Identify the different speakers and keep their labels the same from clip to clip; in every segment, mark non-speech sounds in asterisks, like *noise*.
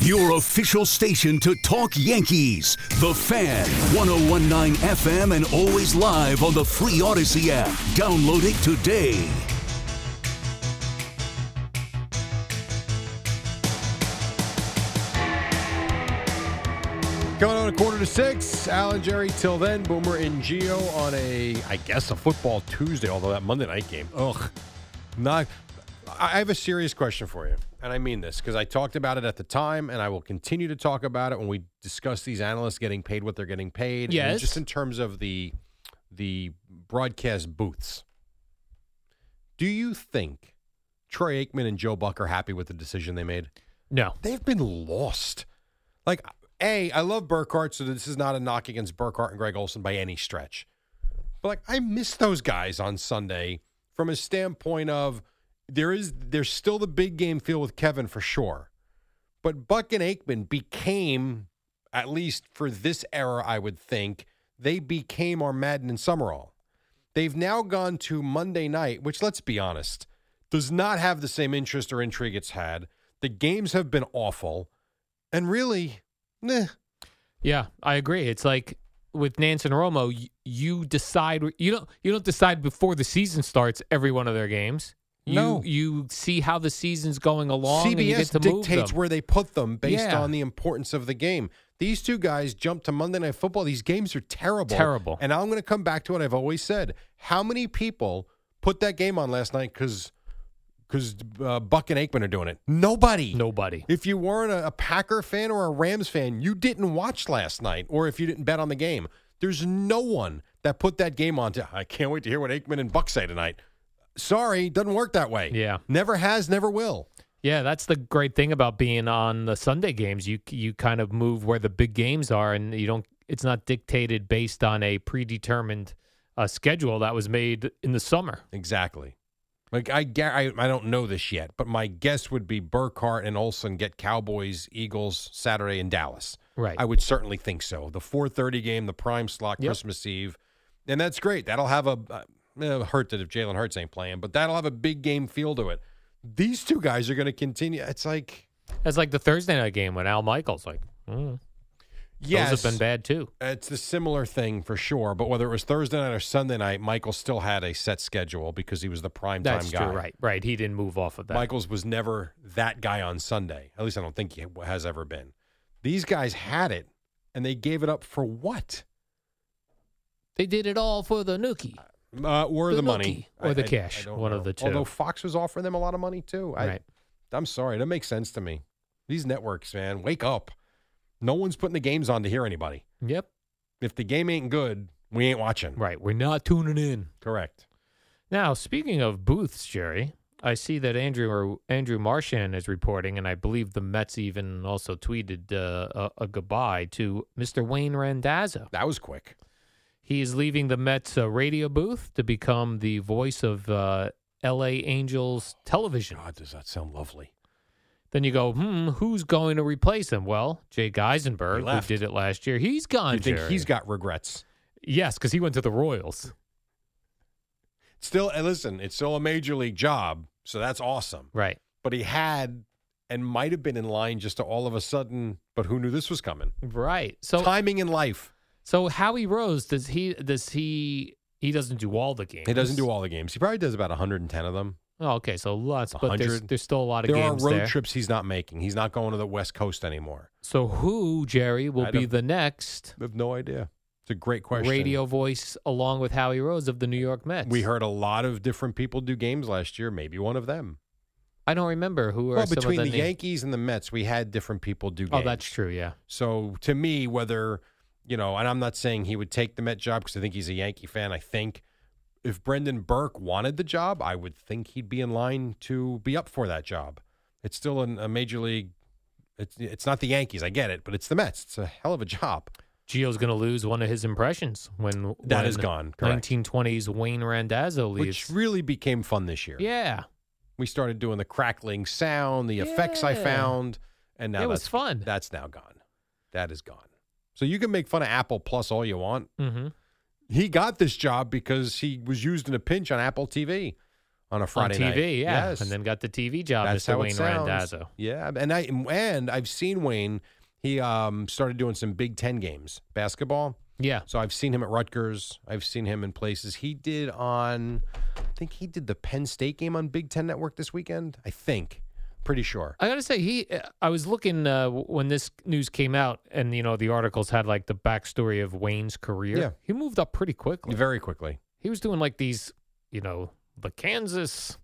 Speaker 1: Your official station to talk Yankees. The Fan, 1019 FM, and always live on the free Odyssey app. Download it today.
Speaker 2: Going on a quarter to six. Alan Jerry till then. Boomer and Geo on a, I guess, a football Tuesday, although that Monday night game. Ugh. Not. I I have a serious question for you, and I mean this because I talked about it at the time, and I will continue to talk about it when we discuss these analysts getting paid what they're getting paid. and
Speaker 3: Yes.
Speaker 2: just in terms of the the broadcast booths. Do you think Troy Aikman and Joe Buck are happy with the decision they made?
Speaker 3: No.
Speaker 2: They've been lost. Like, A, I love Burkhart, so this is not a knock against Burkhart and Greg Olson by any stretch. But like I miss those guys on Sunday from a standpoint of there is there's still the big game feel with Kevin for sure. But Buck and Aikman became, at least for this era, I would think, they became our Madden and Summerall. They've now gone to Monday night, which let's be honest, does not have the same interest or intrigue it's had. The games have been awful. And really, eh,
Speaker 3: Yeah, I agree. It's like with Nance and Romo, you, you decide you don't you don't decide before the season starts every one of their games. You,
Speaker 2: No.
Speaker 3: you see how the season's going along. and you get
Speaker 2: CBS
Speaker 3: to move
Speaker 2: dictates
Speaker 3: them.
Speaker 2: where they put them based
Speaker 3: Yeah.
Speaker 2: on the importance of the game. These two guys jumped to Monday Night Football. These games are terrible.
Speaker 3: Terrible.
Speaker 2: And I'm going to come back to what I've always said. How many people put that game on last night because because uh, Buck and Aikman are doing it? Nobody.
Speaker 3: nobody.
Speaker 2: If you weren't a, a Packer fan or a Rams fan, you didn't watch last night, or if you didn't bet on the game. There's no one that put that game on. To, I can't wait to hear what Aikman and Buck say tonight. Sorry, doesn't work that way.
Speaker 3: Yeah.
Speaker 2: Never has, never will.
Speaker 3: Yeah, that's the great thing about being on the Sunday games. You you kind of move where the big games are, and you don't. It's not dictated based on a predetermined uh, schedule that was made in the summer.
Speaker 2: Exactly. Like I, gue- I I don't know this yet, but my guess would be Burkhart and Olson get Cowboys Eagles Saturday in Dallas.
Speaker 3: Right.
Speaker 2: I would certainly think so. The 4:30 game, the prime slot,
Speaker 3: Yep.
Speaker 2: Christmas Eve, and that's great. That'll have a uh, it'll hurt that if Jalen Hurts ain't playing, but that'll have a big game feel to it. These two guys are going to continue. It's like
Speaker 3: That's like the Thursday night game when Al Michaels like, mm,
Speaker 2: yes,
Speaker 3: those have been bad too.
Speaker 2: It's a similar thing for sure, but whether it was Thursday night or Sunday night, Michael still had a set schedule because he was the prime time
Speaker 3: That's
Speaker 2: guy.
Speaker 3: true. Right. Right. He didn't move off of that.
Speaker 2: Michaels was never that guy on Sunday. At least I don't think he has ever been. These guys had it, and they gave it up for what?
Speaker 3: They did it all for the nookie.
Speaker 2: Uh, or the,
Speaker 3: The
Speaker 2: money,
Speaker 3: nookie or
Speaker 2: I-
Speaker 3: the
Speaker 2: I-
Speaker 3: cash,
Speaker 2: I don't
Speaker 3: one of
Speaker 2: know.
Speaker 3: the two.
Speaker 2: Although Fox was offering them a lot of money too. I,
Speaker 3: Right.
Speaker 2: I'm sorry, that makes sense to me. These networks, man, wake up! No one's putting the games on to hear anybody.
Speaker 3: Yep.
Speaker 2: If the game ain't good, we ain't watching.
Speaker 3: Right. We're not tuning in.
Speaker 2: Correct.
Speaker 3: Now, speaking of booths, Jerry, I see that Andrew or Andrew Marchand is reporting, and I believe the Mets even also tweeted uh, a, a goodbye to Mr. Wayne Randazzo.
Speaker 2: That was quick.
Speaker 3: He is leaving the Mets uh, radio booth to become the voice of uh, L.A. Angels television.
Speaker 2: God, does that sound lovely?
Speaker 3: Then you go, hmm, who's going to replace him? Well, Jay
Speaker 2: He
Speaker 3: Geisenberg, who
Speaker 2: left.
Speaker 3: did it last year, he's gone.
Speaker 2: you think
Speaker 3: Jerry.
Speaker 2: he's got regrets?
Speaker 3: yes, because he went to the Royals.
Speaker 2: Still, and listen, it's still a major league job, so that's awesome.
Speaker 3: Right.
Speaker 2: but he had and might have been in line just to all of a sudden. But who knew this was coming?
Speaker 3: Right. So
Speaker 2: Timing in life.
Speaker 3: So Howie Rose does he does he he doesn't do all the games.
Speaker 2: He doesn't do all the games. He probably does about 110 of them.
Speaker 3: Oh, okay, so lots, but there's
Speaker 2: 100.
Speaker 3: there's still a lot of
Speaker 2: There are
Speaker 3: games
Speaker 2: road
Speaker 3: there.
Speaker 2: trips he's not making. He's not going to the West Coast anymore.
Speaker 3: So who Jerry will
Speaker 2: I
Speaker 3: be
Speaker 2: don't-
Speaker 3: the next
Speaker 2: I have no idea. It's a great question.
Speaker 3: radio voice along with Howie Rose of the New York Mets?
Speaker 2: We heard a lot of different people do games last year. Maybe one of them.
Speaker 3: I don't remember who are
Speaker 2: well,
Speaker 3: some of
Speaker 2: between the,
Speaker 3: the names.
Speaker 2: Yankees and the Mets, we had different people do.
Speaker 3: Oh,
Speaker 2: Games.
Speaker 3: that's true. Yeah.
Speaker 2: So to me, whether you know, and I'm not saying he would take the Met job because I think he's a Yankee fan. I think if Brendan Burke wanted the job, I would think he'd be in line to be up for that job. It's still an, a major league. It's it's not the Yankees, I get it, but it's the Mets. It's a hell of a job.
Speaker 3: Gio's going to lose one of his impressions when
Speaker 2: That
Speaker 3: when
Speaker 2: is gone, correct.
Speaker 3: 1920s Wayne Randazzo leaves.
Speaker 2: Which really became fun this year.
Speaker 3: yeah,
Speaker 2: We started doing the crackling sound, the effects I
Speaker 3: Yeah.
Speaker 2: found, and now
Speaker 3: It was
Speaker 2: that's-
Speaker 3: fun.
Speaker 2: That's now gone. That is gone. So you can make fun of Apple Plus all you want.
Speaker 3: mm-hmm.
Speaker 2: He got this job because he was used in a pinch on Apple TV on a
Speaker 3: on
Speaker 2: Friday
Speaker 3: TV.
Speaker 2: night.
Speaker 3: Yeah,
Speaker 2: Yes.
Speaker 3: and then got the TV job,
Speaker 2: that's
Speaker 3: Mr.
Speaker 2: how
Speaker 3: Wayne
Speaker 2: it sounds.
Speaker 3: Randazzo.
Speaker 2: Yeah, and I and I've seen Wayne. He um, started doing some Big Ten games basketball.
Speaker 3: Yeah,
Speaker 2: So I've seen him at Rutgers. I've seen him in places. He did on, I think he did the Penn State game on Big Ten Network this weekend. I think, pretty sure.
Speaker 3: I gotta say, he. I was looking uh, w- when this news came out, and you know the articles had like the backstory of Wayne's career.
Speaker 2: Yeah.
Speaker 3: he moved up pretty quickly.
Speaker 2: Very quickly.
Speaker 3: he was doing like these, you know, the Kansas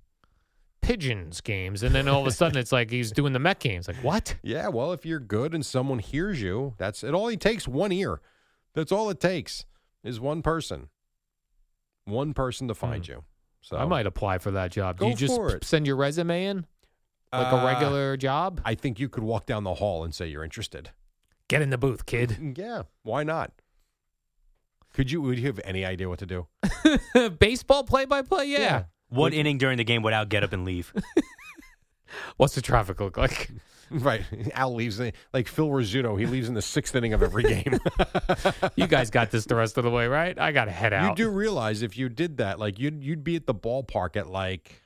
Speaker 3: Pigeons games, and then all of a sudden it's like he's doing the Met games. Like what?
Speaker 2: Yeah. Well, if you're good and someone hears you, that's it. Only takes one ear. That's all it takes is one person, one person to find
Speaker 3: Hmm.
Speaker 2: you. So
Speaker 3: I might apply for that job. Do
Speaker 2: Go
Speaker 3: you just
Speaker 2: for
Speaker 3: p-
Speaker 2: it.
Speaker 3: send your resume in like
Speaker 2: uh,
Speaker 3: a regular job?
Speaker 2: I think you could walk down the hall and say you're interested. *laughs*
Speaker 3: Get in the booth, kid. *laughs*
Speaker 2: Yeah. Why not? Could you? Would you have any idea what to do?
Speaker 3: Baseball play by play, yeah.
Speaker 4: What inning during the game would Al get up and leave?
Speaker 3: What's the traffic look like?
Speaker 2: *laughs* Right. Al leaves the, like Phil Rizzuto. He leaves in the sixth inning of every
Speaker 3: *laughs*
Speaker 2: game.
Speaker 3: you guys got this the rest of the way, right? I gotta head
Speaker 2: you
Speaker 3: out.
Speaker 2: do realize if you did that, like you'd you'd be at the ballpark at like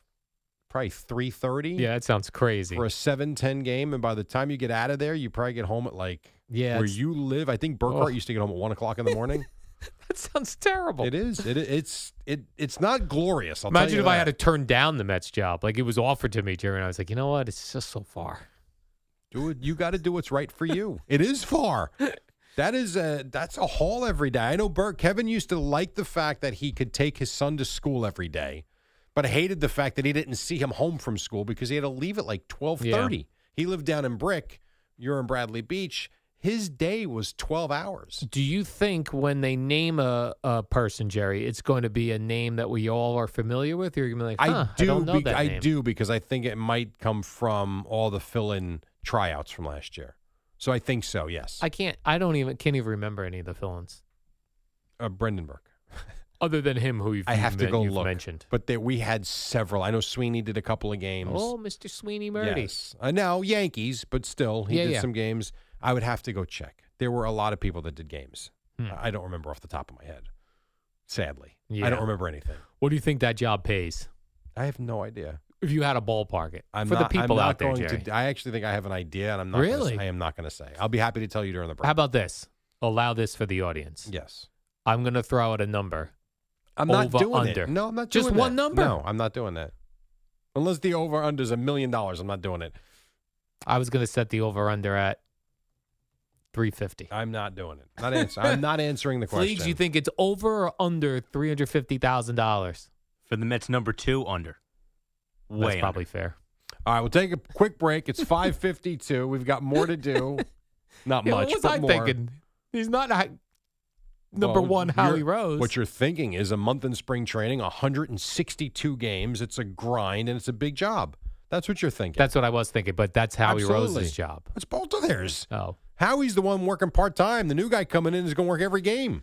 Speaker 2: probably three thirty.
Speaker 3: Yeah, that sounds crazy.
Speaker 2: For a 7-10 game, and by the time you get out of there, you probably get home at like
Speaker 3: Yeah,
Speaker 2: where
Speaker 3: it's-
Speaker 2: you live. I think Burkhart
Speaker 3: Oh.
Speaker 2: used to get home at one o'clock in the
Speaker 3: *laughs*
Speaker 2: morning.
Speaker 3: that sounds terrible.
Speaker 2: it is. It it's it it's not glorious. I'll tell
Speaker 3: Imagine
Speaker 2: you
Speaker 3: if I had to
Speaker 2: that.
Speaker 3: turn down the Mets job. Like it was offered to me, Jerry, and I was like, you know what? It's just so far.
Speaker 2: do it. You got to do what's right for you. it is
Speaker 3: *laughs*
Speaker 2: far. That is a that's a haul every day. I know Burke Kevin used to like the fact that he could take his son to school every day, but hated the fact that he didn't see him home from school because he had to leave at like twelve thirty. He lived down in Brick. You're in Bradley Beach. His day was twelve hours.
Speaker 3: Do you think when they name a, a person, Jerry, it's going to be a name that we all are familiar with? You're gonna be like, huh,
Speaker 2: I do.
Speaker 3: don't know
Speaker 2: bec-
Speaker 3: that
Speaker 2: I
Speaker 3: name.
Speaker 2: do because I think it might come from all the fill-in tryouts from last year. So I think so. Yes.
Speaker 3: I can't. I don't even can't even remember any of the fill-ins
Speaker 2: uh, Brendan Burke.
Speaker 3: other than him who you've
Speaker 2: I have to
Speaker 3: men-
Speaker 2: go
Speaker 3: you've
Speaker 2: look.
Speaker 3: mentioned.
Speaker 2: But there, we had several. I know Sweeney did a couple of games.
Speaker 3: Oh, Mr. Sweeney Murdy.
Speaker 2: Yes. Uh, now Yankees, but still, he
Speaker 3: Yeah,
Speaker 2: did
Speaker 3: yeah.
Speaker 2: some games. I would have to go check. There were a lot of people that did games.
Speaker 3: Hmm.
Speaker 2: I I don't remember off the top of my head. Sadly, I
Speaker 3: Yeah.
Speaker 2: don't remember anything.
Speaker 3: What do you think that job pays?
Speaker 2: I have no idea.
Speaker 3: If you had a ballpark it
Speaker 2: I'm
Speaker 3: for
Speaker 2: not,
Speaker 3: the
Speaker 2: I'm
Speaker 3: people
Speaker 2: not
Speaker 3: out there,
Speaker 2: going
Speaker 3: Jerry.
Speaker 2: To, I actually think I have an idea, and I'm not. gonna s-
Speaker 3: Really?
Speaker 2: I am not going to say. I'll be happy to tell you during the break.
Speaker 3: How about this? Allow this for the audience.
Speaker 2: yes?
Speaker 3: I'm gonna throw out a number.
Speaker 2: I'm
Speaker 3: Over,
Speaker 2: not doing
Speaker 3: under.
Speaker 2: it. No, I'm not doing
Speaker 3: Just
Speaker 2: that.
Speaker 3: one number?
Speaker 2: No, I'm not doing that. Unless the over under is a million dollars, I'm not doing it.
Speaker 3: I was gonna set the over under at three fifty.
Speaker 2: I'm not doing it. Not answer. I'm not answering the question.
Speaker 3: *laughs* Leagues, you think it's over or under three hundred fifty thousand dollars?
Speaker 4: For the Mets, number two, under. Way
Speaker 3: That's
Speaker 4: under.
Speaker 3: probably fair.
Speaker 2: All right, we'll take a quick break. It's 5:52. We've got more to do.
Speaker 3: *laughs*
Speaker 2: Not
Speaker 3: Yeah,
Speaker 2: much,
Speaker 3: what was
Speaker 2: but
Speaker 3: I
Speaker 2: more.
Speaker 3: thinking? He's not a, number
Speaker 2: Well,
Speaker 3: one Howie
Speaker 2: you're-
Speaker 3: Rose.
Speaker 2: What you're thinking is a month in spring training, 162 games. It's a grind and it's a big job. That's what you're thinking.
Speaker 3: That's what I was thinking, but that's Howie
Speaker 2: Absolutely.
Speaker 3: Rose's job.
Speaker 2: It's both of theirs.
Speaker 3: Oh,
Speaker 2: Howie's the one working part time. The new guy coming in is going to work every game.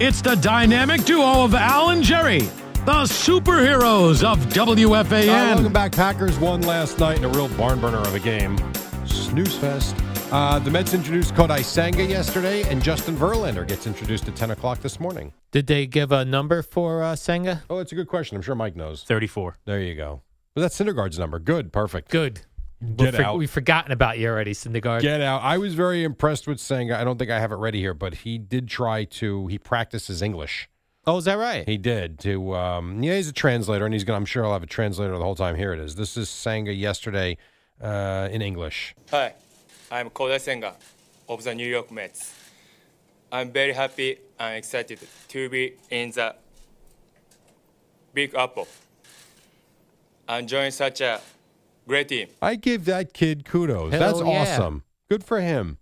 Speaker 5: It's the dynamic duo of Al and Jerry, the superheroes of
Speaker 2: All right, welcome
Speaker 5: WFAN.
Speaker 2: back. Packers won last night in a real barn burner of a game. Snooze fest. Uh, the Mets introduced Kodai Senga yesterday, and Justin Verlander gets introduced at 10 o'clock this morning.
Speaker 3: Did they give a number for uh, Senga?
Speaker 2: Oh, it's a good question. I'm sure Mike knows.
Speaker 4: 34.
Speaker 2: There you go. Well, that's Syndergaard's number. Good. Perfect.
Speaker 3: Good. We're
Speaker 2: Get out.
Speaker 3: We've forgotten about you already, Syndergaard.
Speaker 2: Get out. I was very impressed with Senga. I don't think I have it ready here, but he did try to, he practices English.
Speaker 3: Oh, is that right?
Speaker 2: He did to. Um, yeah, he's a translator, and he's gonna. I'm sure I'll have a translator the whole time. Here it is. This is Sanga yesterday uh, in English.
Speaker 6: Hi, I'm Kodai Senga of the New York Mets. I'm very happy and excited to be in the Big Apple and join such a great team.
Speaker 2: I give that kid kudos.
Speaker 3: Hell
Speaker 2: That's
Speaker 3: yeah.
Speaker 2: awesome. Good for him.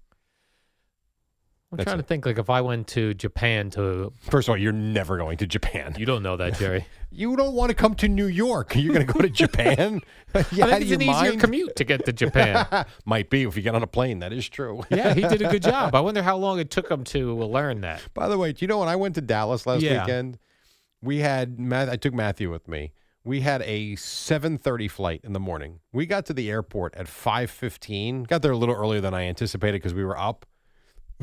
Speaker 3: I'm
Speaker 2: That's
Speaker 3: trying
Speaker 2: it.
Speaker 3: to think. Like, if I went to Japan to,
Speaker 2: First of all, you're never going to Japan.
Speaker 3: you don't know that, *laughs* Jerry.
Speaker 2: You don't want to come to New York. You're going to *laughs* go to Japan. yeah, Ah,
Speaker 3: I think it's an easier commute to get to Japan.
Speaker 2: Might be if you get on a plane. That is true.
Speaker 3: *laughs* yeah, he did a good job. I wonder how long it took him to uh, learn that.
Speaker 2: By the way, do you know when I went to Dallas last
Speaker 3: Yeah.
Speaker 2: weekend? We had Matt, I took Matthew with me. We had a 7:30 flight in the morning. We got to the airport at 5:15. Got there a little earlier than I anticipated because we were up.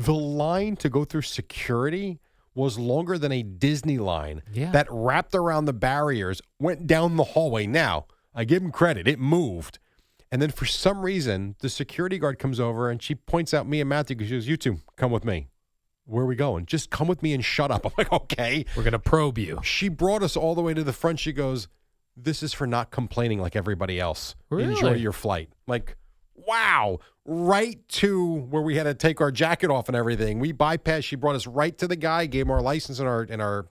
Speaker 2: The line to go through security was longer than a Disney line
Speaker 3: Yeah.
Speaker 2: that wrapped around the barriers, went down the hallway. Now, I give him credit, it moved. And then for some reason, the security guard comes over and she points out me and Matthew because she goes, You two, come with me where are we going? Just come with me and shut up. *laughs* I'm like, okay.
Speaker 3: We're gonna probe you.
Speaker 2: She brought us all the way to the front. She goes, this is for not complaining like everybody else. Enjoy
Speaker 3: Really?
Speaker 2: your flight. Like, wow. Right to where we had to take our jacket off and everything. We bypassed. She brought us right to the guy, gave him our license and our and our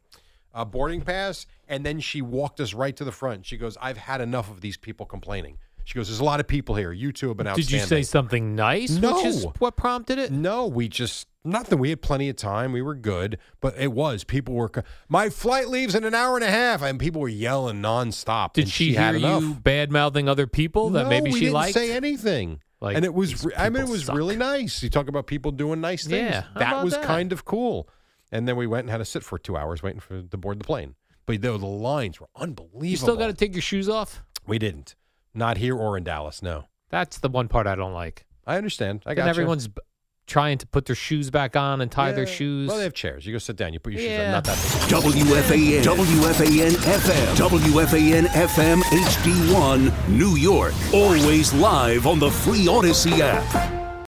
Speaker 2: uh, boarding pass, and then she walked us right to the front. She goes, I've had enough of these people complaining. She goes, there's a lot of people here. You two have been
Speaker 3: Did
Speaker 2: outstanding.
Speaker 3: you say something nice? Which is
Speaker 2: No.
Speaker 3: what prompted it?
Speaker 2: No, we just nothing. We had plenty of time. We were good, but it was people were. co- My flight leaves in an hour and a half, and people were yelling nonstop.
Speaker 3: Did
Speaker 2: and
Speaker 3: she, hear
Speaker 2: had enough.
Speaker 3: you bad mouthing other people that
Speaker 2: no,
Speaker 3: maybe
Speaker 2: we
Speaker 3: she
Speaker 2: didn't
Speaker 3: liked?
Speaker 2: say anything.
Speaker 3: Like,
Speaker 2: and it was,
Speaker 3: these
Speaker 2: re- I mean, it
Speaker 3: people
Speaker 2: was
Speaker 3: suck.
Speaker 2: really nice. You talk about people doing nice things.
Speaker 3: Yeah, how
Speaker 2: that
Speaker 3: about
Speaker 2: was
Speaker 3: that?
Speaker 2: kind of cool. And then we went and had to sit for two hours waiting for to board the plane. But though the lines were unbelievable.
Speaker 3: you still got to take your shoes off.
Speaker 2: we didn't, not here or in Dallas. No,
Speaker 3: That's the one part I don't like.
Speaker 2: I understand. I
Speaker 3: And
Speaker 2: got gotcha.
Speaker 3: everyone's b- trying to put their shoes back on and tie their
Speaker 2: Yeah.
Speaker 3: shoes.
Speaker 2: Well, they have chairs. You go sit down. You put your shoes on.
Speaker 3: Yeah.
Speaker 2: Not that big.
Speaker 1: WFAN, WFAN FM, WFAN FM HD1, New York. Always live on the Free Odyssey app.